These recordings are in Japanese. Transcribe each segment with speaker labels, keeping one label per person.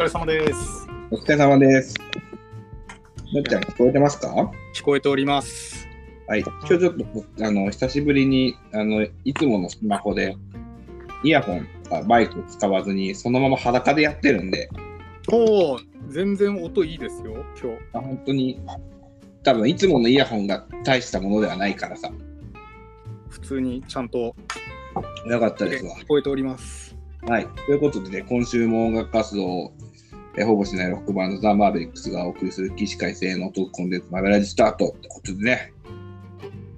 Speaker 1: れ様です。
Speaker 2: お疲れ様です。なっちゃん、聞こえてますか
Speaker 1: 聞こえております。
Speaker 2: はい。今日ちょっと僕、あの、久しぶりに、あの、いつものスマホで、イヤホンかマイク使わずに、そのまま裸でやってるんで、
Speaker 1: おお、全然音いいですよ、今
Speaker 2: あ本当に、多分いつものイヤホンが大したものではないからさ、
Speaker 1: 日。普通にちゃんと
Speaker 2: よかったですわ。
Speaker 1: 聞こえております。
Speaker 2: はい。ということでね、今週も音楽活動を、えほぼしないロックバンドザ・マーベリックスがお送りする起死回生のトークコンテンツ、マベラジスタートってことでね、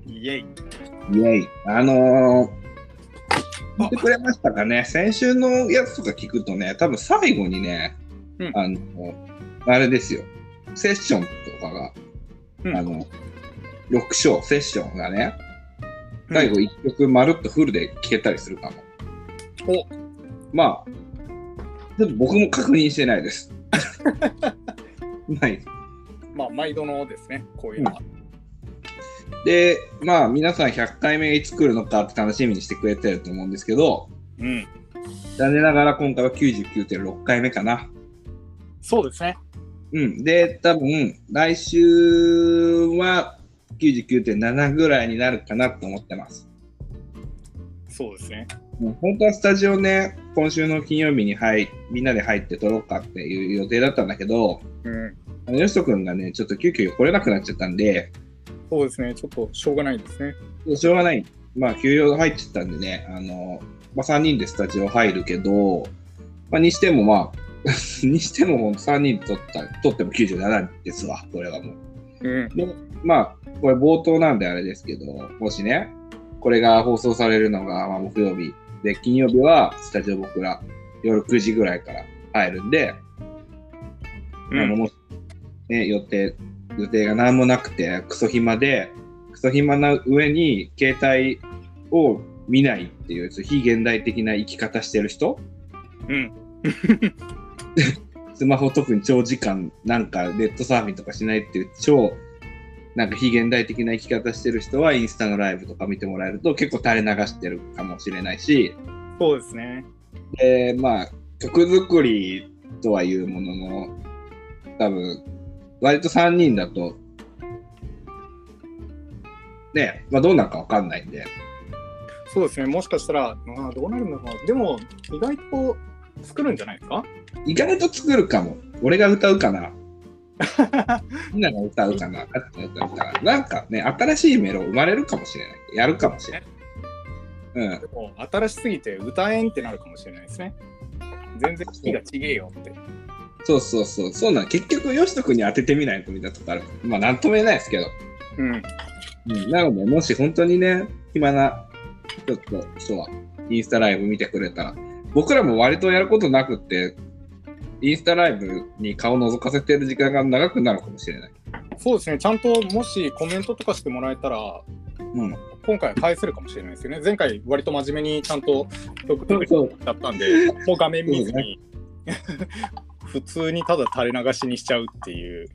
Speaker 1: イエイ。
Speaker 2: イェイ。あのー、
Speaker 1: あ
Speaker 2: 聞いてくれましたかね先週のやつとか聞くとね、多分最後にね、
Speaker 1: うん
Speaker 2: あの、あれですよ、セッションとかが、
Speaker 1: うん
Speaker 2: あの、6章、セッションがね、
Speaker 1: うん
Speaker 2: 最後1曲まるっとフルで聴けたりするかも。
Speaker 1: お
Speaker 2: まあ、ちょっと僕も確認してな いです。ない
Speaker 1: まあ、毎度のですね、こういうのは。
Speaker 2: で、まあ、皆さん100回目いつ来るのかって楽しみにしてくれてると思うんですけど、
Speaker 1: うん。
Speaker 2: 残念ながら今回は99.6回目かな。
Speaker 1: そうですね。
Speaker 2: うん。で、多分、来週は99.7ぐらいになるかなと思ってます。
Speaker 1: そうですね。
Speaker 2: もう本当はスタジオね、今週の金曜日に入みんなで入って撮ろうかっていう予定だったんだけど、
Speaker 1: うん。
Speaker 2: あのよしとくんがね、ちょっと急遽来れなくなっちゃったんで、
Speaker 1: そうですね。ちょっとしょうがないですね。
Speaker 2: しょうがない。まあ、休養が入っちゃったんでね、あの、まあ、3人でスタジオ入るけど、まあ、にしてもまあ、 にしても3人で撮った、撮っても97ですわ、これはもう。
Speaker 1: うん。
Speaker 2: まあ、これ冒頭なんであれですけど、もしね、これが放送されるのが、まあ、木曜日。で、金曜日はスタジオ僕ら夜9時ぐらいから入るんで、あのもし、ね、予定、予定が何もなくて、クソ暇で、クソ暇な上に携帯を見ないっていう、ちょっと非現代的な生き方してる人
Speaker 1: うん。
Speaker 2: スマホ特に長時間なんかネットサーフィンとかしないっていう超なんか非現代的な生き方してる人はインスタのライブとか見てもらえると結構垂れ流してるかもしれないし、
Speaker 1: そうですね。
Speaker 2: でまあ曲作りとはいうものの多分割と3人だとねまあどうなんかわかんないんで
Speaker 1: そうですね。もしかしたら、まあ、どうなるのかな。でも、意外と作るんじゃないですか
Speaker 2: 意外と作るかも俺が歌うかな みんなが歌うかな歌うかななんかね新しいメロ生まれるかもしれないやるかもしれない、
Speaker 1: でも新しすぎて歌えんってなるかもしれないですね。全然気がちげえよって。
Speaker 2: うん、そうそうそうそうなの結局よしと君に当ててみないとみたいなとこあるまあなんとも言えないですけど、
Speaker 1: うん。
Speaker 2: うん、なのでもし本当にね暇なちょっと人はインスタライブ見てくれたら僕らも割とやることなくってインスタライブに顔を覗かせてる時間が長くなるかもしれない、
Speaker 1: そうですね。ちゃんともしコメントとかしてもらえたら、
Speaker 2: うん、
Speaker 1: 今回は返せるかもしれないですよね。前回割と真面目にちゃんと曲
Speaker 2: そうそう
Speaker 1: だったん で、もう画面見ずに、普通にただ垂れ流しにしちゃうっていう。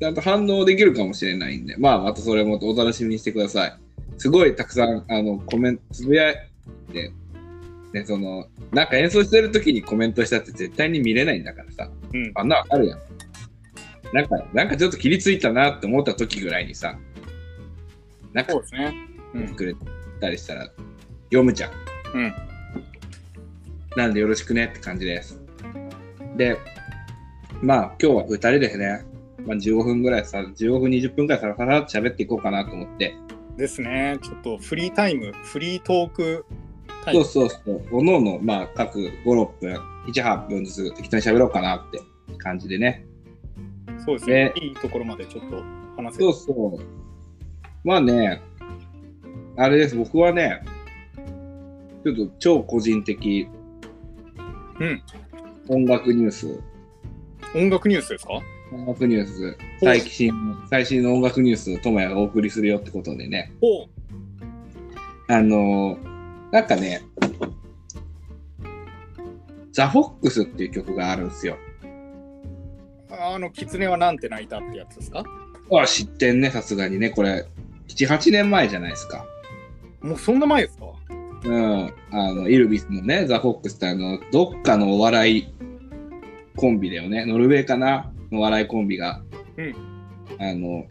Speaker 2: ちゃんと反応できるかもしれないんで、まあ、またそれもお楽しみにしてください。すごいたくさん、あの、コメント、つぶやいて、ね、その、なんか演奏してる時にコメントしたって絶対に見れないんだからさ、
Speaker 1: うん。
Speaker 2: あんなわかるやん。なんか、なんかちょっと切りついたなって思った時ぐらいにさ、なんか
Speaker 1: そうですね。うん。
Speaker 2: くれたりしたら、読むじゃん。
Speaker 1: うん。
Speaker 2: なんでよろしくねって感じです。で、まあ今日は2人ですね、まあ、15分ぐらいさ、15分20分ぐらいさらさらっと喋っていこうかなと思って、
Speaker 1: ですね。ちょっとフリータイム、フリートークタイ
Speaker 2: そ
Speaker 1: ム
Speaker 2: う。そうそう、おのおの、まあ各5、6分、7、8分ずつ適当に喋ろうかなって感じでね。
Speaker 1: そうですね
Speaker 2: ね。
Speaker 1: いいところまでちょっと話せ
Speaker 2: そうそう。まあね、あれです、僕はね、ちょっと超個人的
Speaker 1: うん。
Speaker 2: 音楽ニュース、
Speaker 1: 音楽ニュースですか
Speaker 2: 音楽ニュース、最新最新の音楽ニュースを智也がお送りするよってことでね。
Speaker 1: ほう。
Speaker 2: あのなんかね、ザ・フォックスっていう曲があるんですよ。
Speaker 1: あの、狐はなんて泣いたってやつですか
Speaker 2: あ知ってんね、さすがにね。これ、7、8年前じゃないですか。
Speaker 1: もうそんな前ですか
Speaker 2: うん。あの、イルビスのね、ザ・フォックスってあの、どっかのお笑いコンビだよね。ノルウェーかなの笑いコンビが、
Speaker 1: うん
Speaker 2: あの、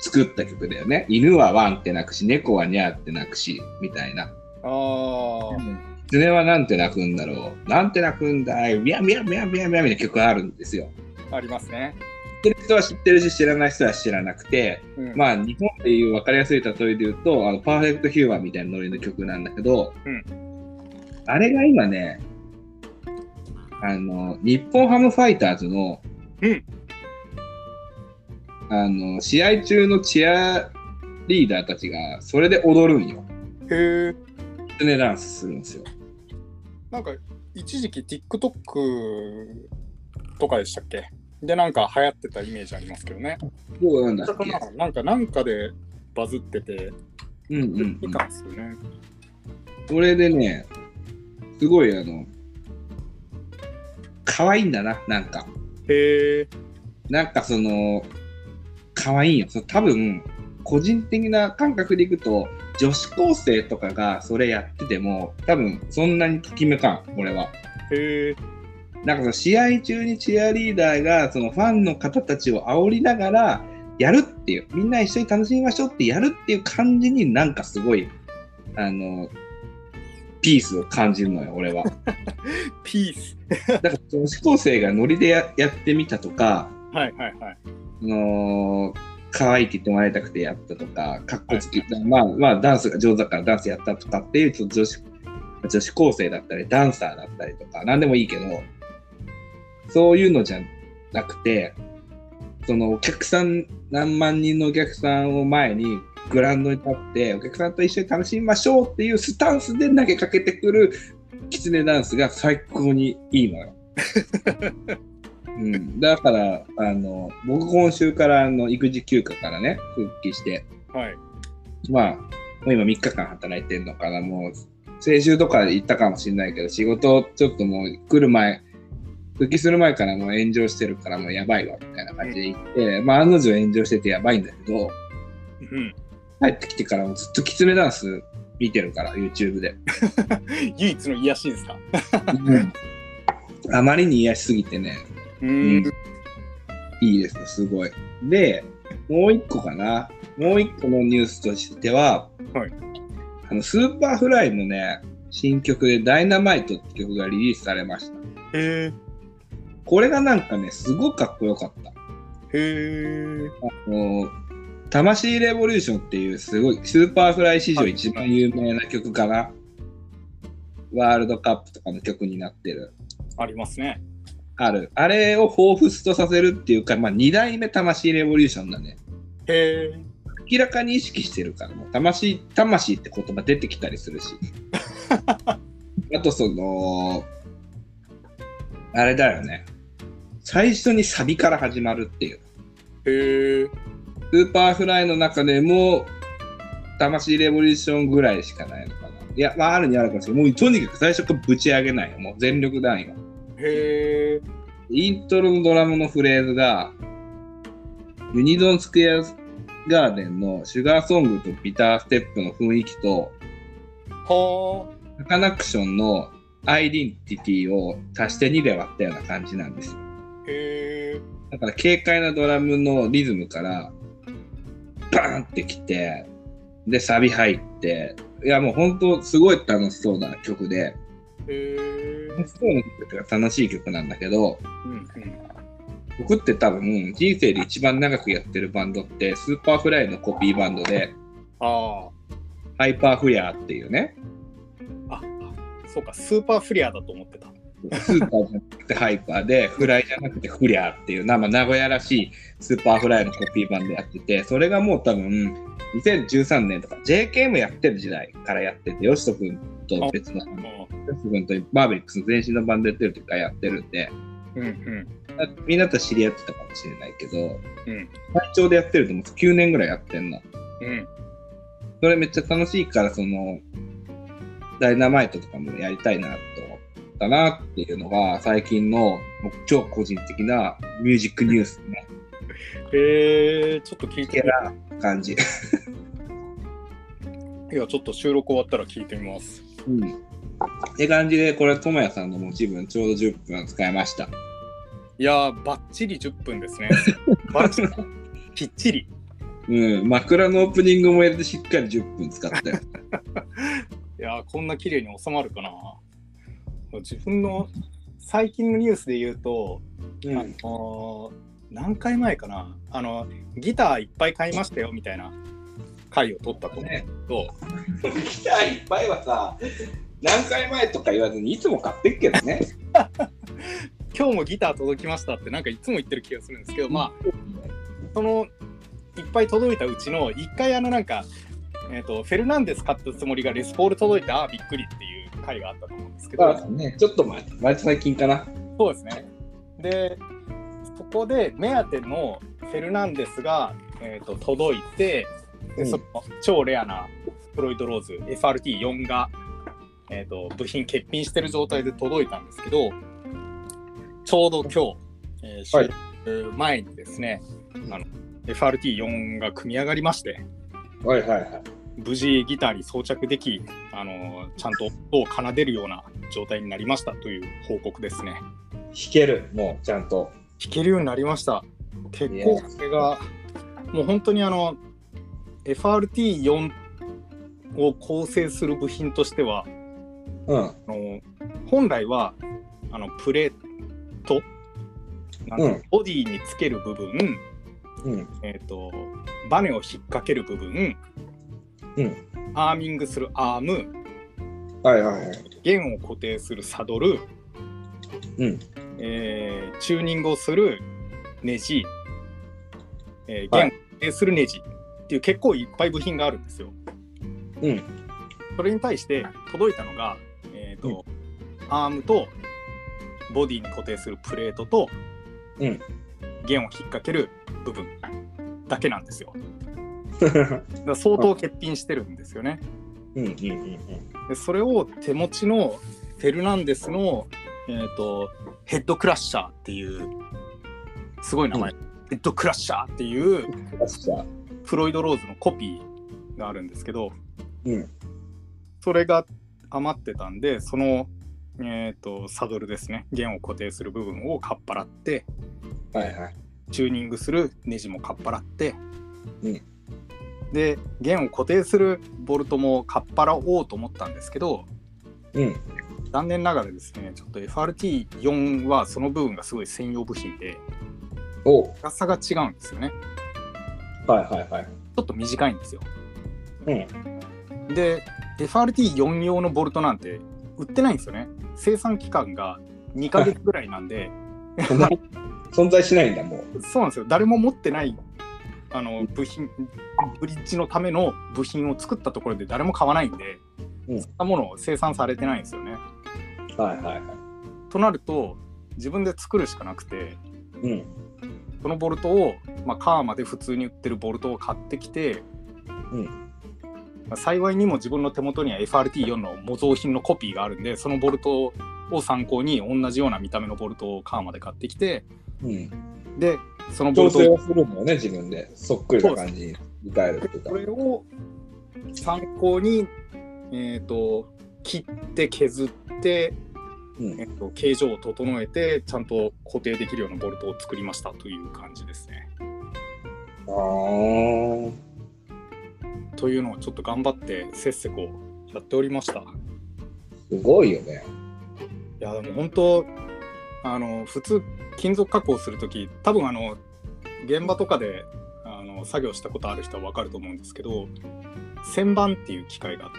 Speaker 2: 作った曲だよね。犬はワンって鳴くし、猫はニャーって鳴くし、みたいな。
Speaker 1: あー
Speaker 2: 狐はなんて鳴くんだろう。なんて鳴くんだい。みやみやみやみやみやみたいな曲があるんですよ。
Speaker 1: ありますね。
Speaker 2: 知ってる人は知ってるし、知らない人は知らなくて、
Speaker 1: うん、
Speaker 2: まあ、日本でいう分かりやすい例えで言うと、あのパーフェクトヒューマンみたいなノリの曲なんだけど、
Speaker 1: うん
Speaker 2: あれが今ね、あの、日本ハムファイターズの、
Speaker 1: うん
Speaker 2: あの、試合中のチアリーダーたちが、それで踊るんよ。
Speaker 1: へえ。
Speaker 2: キツネダンスするんですよ。
Speaker 1: なんか一時期 TikTok とかでしたっけでなんか流行ってたイメージありますけどね。
Speaker 2: どうなんだっけ
Speaker 1: なんかなんかでバズってて
Speaker 2: うんうん、うん
Speaker 1: 見たんですよね。
Speaker 2: これでね、すごいあの、可愛いんだな、なんか。
Speaker 1: へえ。
Speaker 2: なんかその、可愛いよ。その多分、個人的な感覚でいくと、女子高生とかがそれやってても、多分そんなにときめかん、俺は。
Speaker 1: へえ。
Speaker 2: なんかその試合中にチアリーダーが、そのファンの方たちを煽りながら、やるっていう、みんな一緒に楽しみましょうってやるっていう感じになんかすごい、あの、ピースを感じるのよ、俺は。
Speaker 1: ピース。
Speaker 2: だから女子高生がノリでややってみたとか、
Speaker 1: はいはいはい。
Speaker 2: あのー可愛いって言ってもらいたくてやったとか、かっこつけた、まあまあダンスが上手だからダンスやったとかっていう、ちょっと女子女子高生だったり、ダンサーだったりとか、なんでもいいけど、そういうのじゃなくて、そのお客さん、何万人のお客さんを前に、グラウンドに立って、お客さんと一緒に楽しみましょうっていうスタンスで投げかけてくるキツネダンスが最高にいいのよ。うん、だからあの僕今週からあの育児休暇からね復帰して
Speaker 1: はい。
Speaker 2: まあもう今3日間働いてるのかなもう先週とか行ったかもしれないけど仕事ちょっともう来る前復帰する前からもう炎上してるからもうやばいわみたいな感じで行って、まあ案の定炎上しててやばいんだけど
Speaker 1: うん。
Speaker 2: 帰ってきてからもずっとキツネダンス見てるから YouTube で、
Speaker 1: 唯一の癒しですか。
Speaker 2: あまりに癒しすぎてね
Speaker 1: う
Speaker 2: うん
Speaker 1: ん。
Speaker 2: いいですね、すごい。で、もう一個かな。もう一個のニュースとしては、
Speaker 1: はい
Speaker 2: あのスーパーフライのね、新曲で「ダイナマイト」って曲がリリースされました。
Speaker 1: へえ。
Speaker 2: これがなんかね、すごくかっこよかった。
Speaker 1: へえ。
Speaker 2: あの魂レボリューションっていうすごいスーパーフライ史上一番有名な曲かな。ワールドカップとかの曲になってる。
Speaker 1: ありますね。
Speaker 2: ある。あれを彷彿とさせるっていうか、まあ、2代目魂レボリューションだね。
Speaker 1: へえ。
Speaker 2: 明らかに意識してるからもう魂魂って言葉出てきたりするしあとそのあれだよね最初にサビから始まるっていう
Speaker 1: へえ。
Speaker 2: スーパーフライの中でも魂レボリューションぐらいしかないのかないやまああるにはあるかもしれないもうとにかく最初からぶち上げないよもう全力だよ
Speaker 1: へえ。
Speaker 2: イントロのドラムのフレーズが、ユニゾンスクエアガーデンのシュガーソングとビターステップの雰囲気と、
Speaker 1: はあ。
Speaker 2: サカナクションのアイデンティティを足して2で割ったような感じなんですよ。
Speaker 1: へえ。
Speaker 2: だから軽快なドラムのリズムから、バーンってきて、で、サビ入って、いやもう本当すごい楽しそうな曲で、
Speaker 1: へえ。
Speaker 2: 楽しそうな曲っていうか楽しい曲なんだけど、
Speaker 1: うんうん。
Speaker 2: 僕って多分人生で一番長くやってるバンドってスーパーフライのコピーバンドで
Speaker 1: あ
Speaker 2: ハイパーフレアっていうね
Speaker 1: あ。あ、そうか、スーパーフリアだと思ってた。
Speaker 2: スーパーじゃなくてハイパーでフライじゃなくてフリアっていうな、まあ、名古屋らしいスーパーフライのコピーバンドやっててそれがもう多分2013年とか JKM やってる時代からやっててよしと君と別のよしと君とバーベリックスの前身のバンドやってる時からやってるんで
Speaker 1: うんうん。
Speaker 2: みんなと知り合ってたかもしれないけど
Speaker 1: うん
Speaker 2: 最長でやってると思う9年ぐらいやってんの。
Speaker 1: うん。
Speaker 2: それめっちゃ楽しいから、その、ダイナマイトとかもやりたいなと思ったなっていうのが、最近のもう超個人的なミュージックニュースね。
Speaker 1: へえ、ちょっと聞い
Speaker 2: け
Speaker 1: てみ
Speaker 2: な感じ。
Speaker 1: いや、ちょっと収録終わったら聞いてみます。
Speaker 2: うん。って感じで、これ、ともやさんの持ち分、ちょうど10分使いました。
Speaker 1: いやー、ばっちり10分です ね。ばっちり。きっちり。
Speaker 2: うん、枕のオープニングもやってしっかり10分使ったよ。
Speaker 1: いやー、こんな綺麗に収まるかな。自分の最近のニュースで言うと、
Speaker 2: う
Speaker 1: あのー何回前かなあのギターいっぱい買いましたよみたいな回を取ったと思うんですけど、
Speaker 2: ギターいっぱいはさ、何回前とか言わずにいつも買ってっけどね。
Speaker 1: 今日もギター届きましたってなんかいつも言ってる気がするんですけどまあそのいっぱい届いたうちの1回あのなんか、えー、とフェルナンデス買ったつもりがレスポール届いてああびっくりっていう回があったと思うんですけど、
Speaker 2: あね、ちょっと前、割と最近かな。
Speaker 1: そうですね。で、そこで目当てのフェルナンデスが、えー、と届いて、
Speaker 2: う
Speaker 1: で
Speaker 2: ん
Speaker 1: その超レアなフロイドローズ FRT4 が、えー、と部品欠品してる状態で届いたんですけど、ちょうど今日、えー収
Speaker 2: はい
Speaker 1: 録前にですね、あの FRT4 が組み上がりまして、
Speaker 2: はいはいはい。
Speaker 1: 無事ギターに装着でき、あのちゃんと音を奏でるような状態になりましたという報告ですね。
Speaker 2: 弾ける、もうちゃんと。
Speaker 1: 弾けるようになりました。結
Speaker 2: いや
Speaker 1: 構これがもう本当にあの FRT4 を構成する部品としては
Speaker 2: うん。
Speaker 1: あの本来はあのプレートなんていうの
Speaker 2: うん
Speaker 1: ボディにつける部分、
Speaker 2: うん。
Speaker 1: えー、とバネを引っ掛ける部分、
Speaker 2: うん
Speaker 1: アーミングするアーム
Speaker 2: はいはいはい。
Speaker 1: 弦を固定するサドル、
Speaker 2: うん。
Speaker 1: えーチューニングをするネジ、えー
Speaker 2: は
Speaker 1: 弦
Speaker 2: い
Speaker 1: を固定するネジっていう結構いっぱい部品があるんですよ。
Speaker 2: うん
Speaker 1: それに対して届いたのが、えーとアームとボディに固定するプレートと、
Speaker 2: うん
Speaker 1: 弦を引っ掛ける部分だけなんですよ。だから相当欠品してるんですよね。
Speaker 2: うんうんうん
Speaker 1: でそれを手持ちのフェルナンデスの、えー、とヘッドクラッシャーっていうすごい名前、ヘッドクラッシャーっていう
Speaker 2: うん。確か。
Speaker 1: フロイド・ローズのコピーがあるんですけど
Speaker 2: うん。
Speaker 1: それが余ってたんでその、えー、とサドルですね弦を固定する部分をかっぱらって
Speaker 2: はいはい。
Speaker 1: チューニングするネジもかっぱらって、
Speaker 2: うん
Speaker 1: で弦を固定するボルトもかっぱらおうと思ったんですけど、
Speaker 2: うん。
Speaker 1: 残念ながらですねちょっと FRT4 はその部分がすごい専用部品で
Speaker 2: お
Speaker 1: 長さが違うんですよね
Speaker 2: はいはいはい。
Speaker 1: ちょっと短いんですよ
Speaker 2: うん。
Speaker 1: で FRT4 用のボルトなんて売ってないんですよね生産期間が2ヶ月ぐらいなんで
Speaker 2: そんな存在しないんだ、も
Speaker 1: そうなんですよ誰も持ってないあの部品ブリッジのための部品を作ったところで誰も買わないんで、
Speaker 2: うん
Speaker 1: そんなものを生産されてないんですよね
Speaker 2: う。はいはいはい。
Speaker 1: となると自分で作るしかなくて
Speaker 2: うん。
Speaker 1: そのボルトを、まあ、カーマで普通に売ってるボルトを買ってきて、
Speaker 2: うん
Speaker 1: まあ幸いにも自分の手元には FRT4 の模造品のコピーがあるんでそのボルトを参考に同じような見た目のボルトをカーマで買ってきて
Speaker 2: うん。
Speaker 1: でそのボ
Speaker 2: 調
Speaker 1: ルト
Speaker 2: 整
Speaker 1: を
Speaker 2: をするもんね、自分で。そっくりな感じに理解るっていうか
Speaker 1: こ。れを参考に、えー、と切って削って、
Speaker 2: うん
Speaker 1: え。ーと形状を整えてちゃんと固定できるようなボルトを作りましたという感じですね。
Speaker 2: あー。
Speaker 1: というのをちょっと頑張ってせっせこやっておりました。
Speaker 2: すごいよね。
Speaker 1: いやでも本当あの普通金属加工する時多分あの現場とかであの作業したことある人は分かると思うんですけど旋盤っていう機械があっ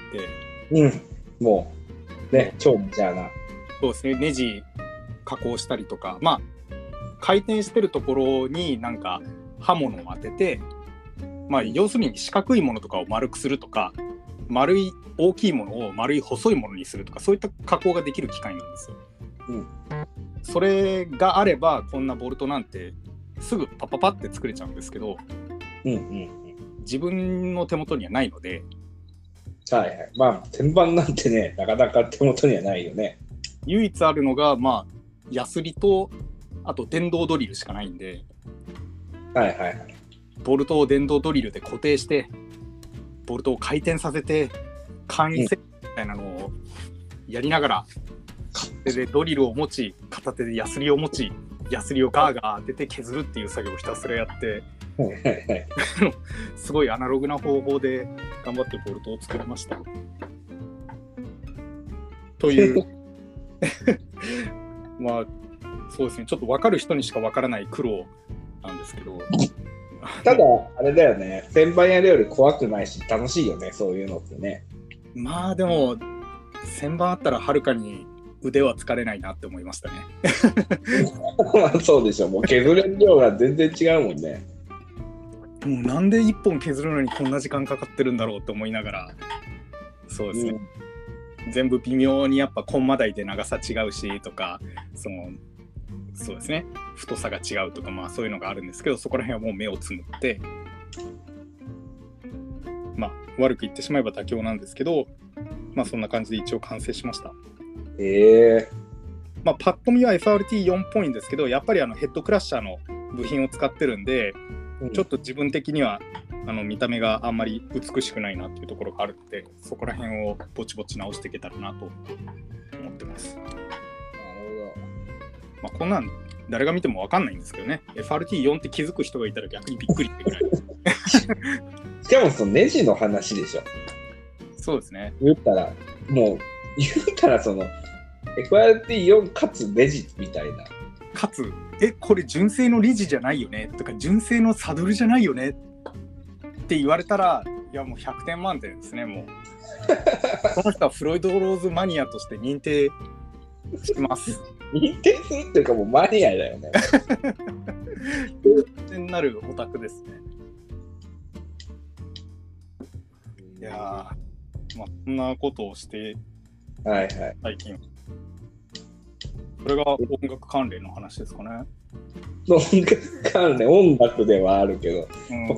Speaker 1: て
Speaker 2: うん。もう、ね、超メジャーな。
Speaker 1: そうですねネジ加工したりとかまあ回転してるところになんか刃物を当ててまあ要するに四角いものとかを丸くするとか丸い大きいものを丸い細いものにするとかそういった加工ができる機械なんですよ。
Speaker 2: うん
Speaker 1: それがあればこんなボルトなんてすぐパパパって作れちゃうんですけど
Speaker 2: うんうん。
Speaker 1: 自分の手元にはないので
Speaker 2: はいはい。まあ、天板なんてね、なかなか手元にはないよね。
Speaker 1: 唯一あるのがまあヤスリとあと電動ドリルしかないんで。
Speaker 2: はいはいはい。
Speaker 1: ボルトを電動ドリルで固定してボルトを回転させて簡易設計みたいなのをやりながら片手でドリルを持ち片手でヤスリを持ちヤスリをガーガー当てて削るっていう作業をひたすらやって
Speaker 2: はいはいはい。
Speaker 1: すごいアナログな方法で頑張ってボルトを作りました。という まあそうですねちょっと分かる人にしか分からない苦労なんですけど
Speaker 2: ただ、あれだよね、先輩やるより怖くないし、楽しいよね、そういうのってね。
Speaker 1: まあでも1000番あったらはるかに腕は疲れないなって思いましたね。
Speaker 2: そうでしょ、もう削れる量が全然違うもんね。
Speaker 1: もうなんで1本削るのにこんな時間かかってるんだろうと思いながらそうですね、全部微妙にやっぱコンマ台で長さ違うしとかそのそうですね太さが違うとかまあそういうのがあるんですけどそこら辺はもう目をつむってまあ悪く言ってしまえば妥協なんですけどまあそんな感じで一応完成しました。
Speaker 2: うんええ
Speaker 1: まあ、パッと見は FRT4 っぽいんですけどやっぱりあのヘッドクラッシャーの部品を使ってるんでちょっと自分的にはあの見た目があんまり美しくないなっていうところがあるのでそこら辺をぼちぼち直していけたらなと思ってます、
Speaker 2: なるほど。
Speaker 1: まあ、こんなん誰が見ても分かんないんですけどね FRT4 って気づく人がいたら逆にびっくりってぐらい
Speaker 2: しかもそのネジの話でしょ。
Speaker 1: そうですね
Speaker 2: 言ったら、もう、言ったらその、FRT4 かつネジみたいな。
Speaker 1: かつえこれ純正のリジじゃないよねとか純正のサドルじゃないよねって言われたらいやもう100点満点ですねもうこの人はフロイド・ローズマニアとして認定します
Speaker 2: 認定するっていうかもうマニアだよね。
Speaker 1: ってなるオタクですね。いやー、まあ、そんなことをして、
Speaker 2: はいはい。
Speaker 1: 最近。これが音楽関連の話ですかね。
Speaker 2: 音楽関連、音楽ではあるけど、
Speaker 1: うん、
Speaker 2: 音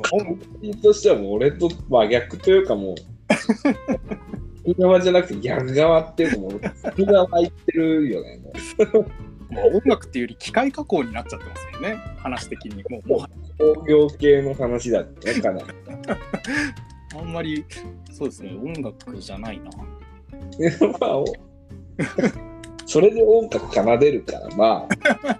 Speaker 2: 楽としてはもう俺と真逆というか もう、右側じゃなくて逆側っていうかもう、右側行ってるよね。もう
Speaker 1: まあ音楽っていうより機械加工になっちゃってますよね、話的に。もうも
Speaker 2: 工業系の話だったかな。
Speaker 1: うあんまり、そうですね、音楽じゃないな。
Speaker 2: まあお それで音楽奏でるから、ま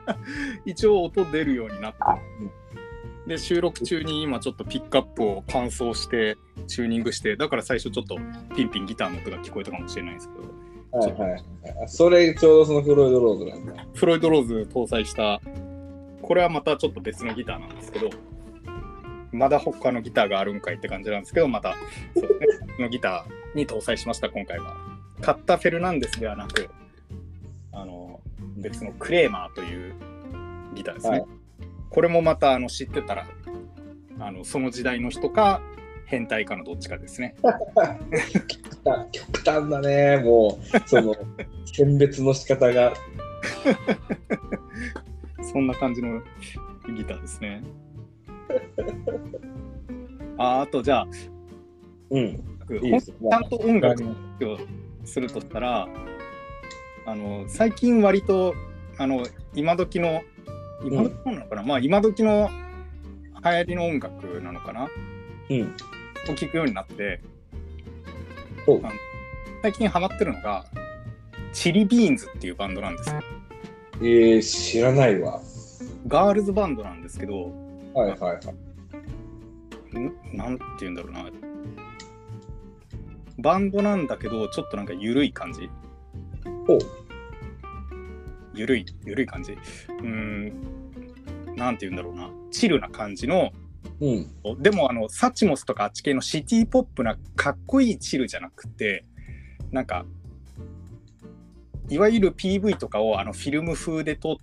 Speaker 2: あ。
Speaker 1: 一応音出るようになって
Speaker 2: うん
Speaker 1: で収録中に今ちょっとピックアップを乾燥してチューニングしてだから最初ちょっとピンピンギターの音が聞こえたかもしれないですけど
Speaker 2: はいはいはい。それちょうどそのフロイド・ローズなんだ。
Speaker 1: フロイド・ローズ搭載したこれはまたちょっと別のギターなんですけどまだ他のギターがあるんかいって感じなんですけどまたそうですね別のギターに搭載しました今回は買ったフェルナンデスではなくあの別のクレーマーというギターですね、
Speaker 2: は
Speaker 1: これもまたあの知ってたらあのその時代の人か変態かのどっちかですね
Speaker 2: あ極端だね、もう、その、選別の仕方が。
Speaker 1: そんな感じのギターですねああとじゃあ
Speaker 2: うん。い
Speaker 1: 本
Speaker 2: いですよ。
Speaker 1: ちゃんと音楽の話をするとしたら、あの最近割とあの今時の今時なのかな、まあ今時の流行りの音楽なのかなを
Speaker 2: うん。
Speaker 1: 聞くようになって
Speaker 2: そう
Speaker 1: あの最近ハマってるのがチリビーンズっていうバンドなんですよ
Speaker 2: えー、知らないわ。
Speaker 1: ガールズバンドなんですけど
Speaker 2: はいはいはい。
Speaker 1: んなんて言うんだろうなバンドなんだけどちょっとなんか緩い感じ
Speaker 2: ほう。
Speaker 1: ゆるいゆるい感じうーんなんて言うんだろうなチルな感じの
Speaker 2: うん。
Speaker 1: でもあのサチモスとかあっち系のシティポップなかっこいいチルじゃなくてなんかいわゆる PV とかをあのフィルム風で撮っ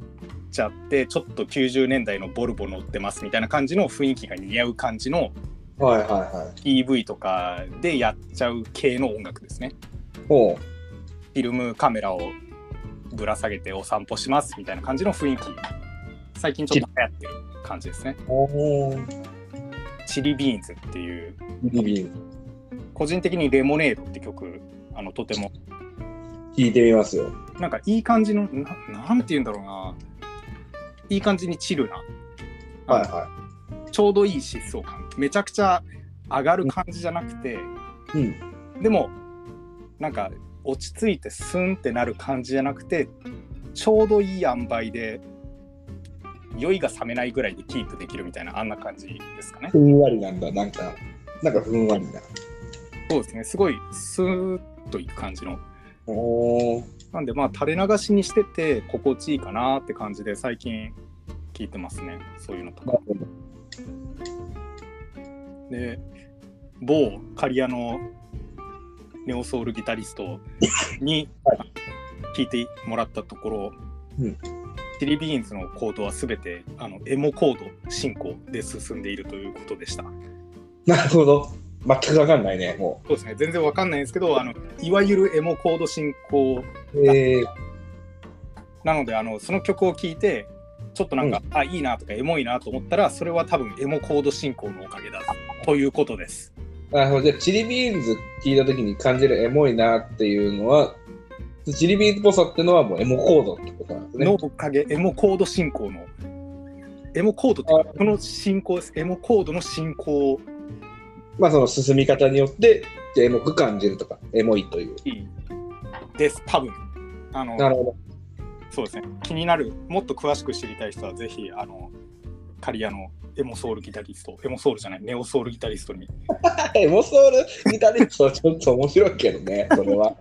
Speaker 1: ちゃってちょっと90年代のボルボ乗ってますみたいな感じの雰囲気が似合う感じの
Speaker 2: はいはいはい。
Speaker 1: PV とかでやっちゃう系の音楽ですね。
Speaker 2: ほ
Speaker 1: フィルムカメラをぶら下げてお散歩しますみたいな感じの雰囲気最近ちょっと流行ってる感じですね
Speaker 2: う。おー。
Speaker 1: チリビーンズっていう
Speaker 2: ビビン
Speaker 1: 個人的に「レモネード」って曲あのとても
Speaker 2: 聞いてみますよ。
Speaker 1: なんかいい感じのななんて言うんだろうないい感じにチルな
Speaker 2: はいは
Speaker 1: ちょうどいい疾走感めちゃくちゃ上がる感じじゃなくて
Speaker 2: い。うん。
Speaker 1: でもなんか落ち着いてスンってなる感じじゃなくてちょうどいい塩梅で酔いが冷めないぐらいでキープできるみたいなあんな感じですかね。
Speaker 2: ふんわりなんだ、なんか、なんかふんわりだ。
Speaker 1: そうですねすごいスーッといく感じの
Speaker 2: おー
Speaker 1: なんでまあ垂れ流しにしてて心地いいかなって感じで最近聞いてますねそういうのとか。で某刈谷のネオソウルギタリストに
Speaker 2: はい
Speaker 1: 聞いてもらったところ、
Speaker 2: うん
Speaker 1: チリビーンズのコードは全てあのエモコード進行で進んでいるということでした。
Speaker 2: なるほど。全くわかんないね、も
Speaker 1: そうですね全然わかんないんですけどあのいわゆるエモコード進行
Speaker 2: う。えー、
Speaker 1: なのであのその曲を聴いてちょっとなんか、あいいなとかエモいなと思ったらそれは多分エモコード進行のおかげだということです。
Speaker 2: なるほど。じゃあ、チリビーンズ聞いたときに感じるエモいなっていうのは、チリビーンズっぽさってのはもうエモコードってことなんですね。
Speaker 1: のおかげ、エモコード進行の。エモコードっていうか、この進行です。エモコードの進行
Speaker 2: まあ、その進み方によって、じゃあエモく感じるとか、エモいという。
Speaker 1: です、多分あの
Speaker 2: なるほ
Speaker 1: そうですね、気になる、もっと詳しく知りたい人は、ぜひ、あの、カリアのエモソウルギタリスト、エモソウルじゃない、ネオソウルギタリストに、
Speaker 2: ど。エモソウルギタリストはちょっと面白いけどね、それは。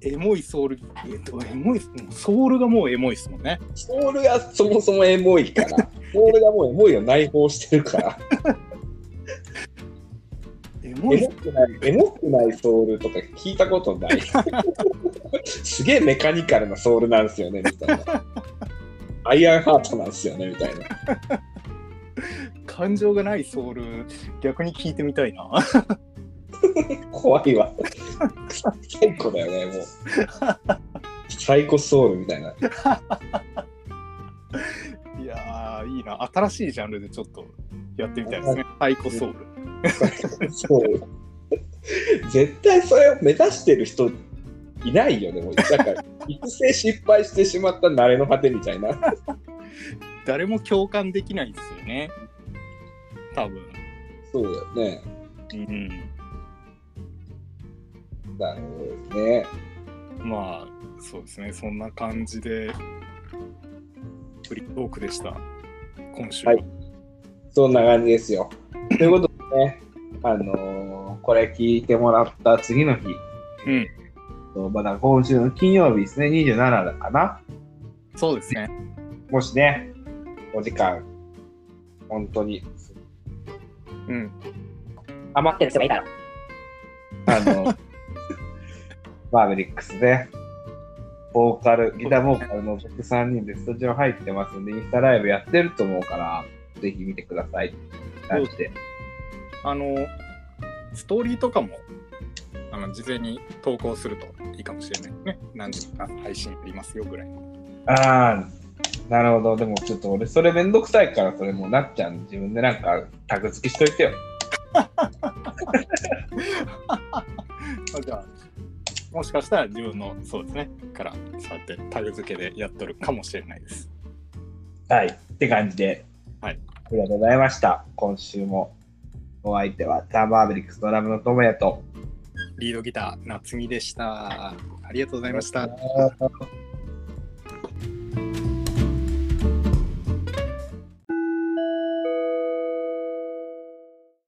Speaker 1: エモいソウル、えっと、エモい、ソウルがもうエモいですもんね。
Speaker 2: ソウルがそもそもエモいから、ソウルがもうエモいを内包してるから、
Speaker 1: エ
Speaker 2: エ
Speaker 1: モい
Speaker 2: モ、くない、エモくないソウルとか聞いたことない。 すげえメカニカルなソウルなんですよね、みたいな。アイアンハートなんですよね、みたいな。
Speaker 1: 感情がないソウル、逆に聞いてみたいな。
Speaker 2: 怖いわ。最高だよね、もう。サイコソウルみたいな。
Speaker 1: いやー、いいな、新しいジャンルでちょっとやってみたいですね。サイコソウル。
Speaker 2: そう。絶対それを目指してる人いないよね、もう。だから、育成失敗してしまった慣れの果てみたいな。
Speaker 1: 誰も共感できないですよね多分
Speaker 2: そうだよね。
Speaker 1: うん
Speaker 2: なるほどね。
Speaker 1: まあそうですねそんな感じでフリートークでした今週は、
Speaker 2: はいそんな感じです よ。ということでね、あのーこれ聞いてもらった次の日、
Speaker 1: うん
Speaker 2: そうまだ今週の金曜日ですね、27かな。
Speaker 1: そうですね
Speaker 2: もしね、お時間、本当に
Speaker 1: うん
Speaker 2: 余ってる人がいたら、あ の、マーベリックスね、ボーカル、ギターボーカルの僕3人でスタジオ入ってますんで、インスタライブやってると思うから、ぜひ見てくださいって感じで。
Speaker 1: あのストーリーとかもあの事前に投稿するといいかもしれないね何時か配信ありますよぐらいの
Speaker 2: ああ、なるほど。でもちょっと俺、それめんどくさいから、それもうなっちゃん、自分でなんかタグ付きしといてよ。
Speaker 1: あじゃあもしかしたら自分のそうですねからそうやってタグ付けでやっとるかもしれないです
Speaker 2: はい。って感じで、
Speaker 1: はい。
Speaker 2: ありがとうございました。今週もお相手は、ザ・マーベリックスドラムの友也と、
Speaker 1: リードギター夏美でしたありがとうございました
Speaker 2: あー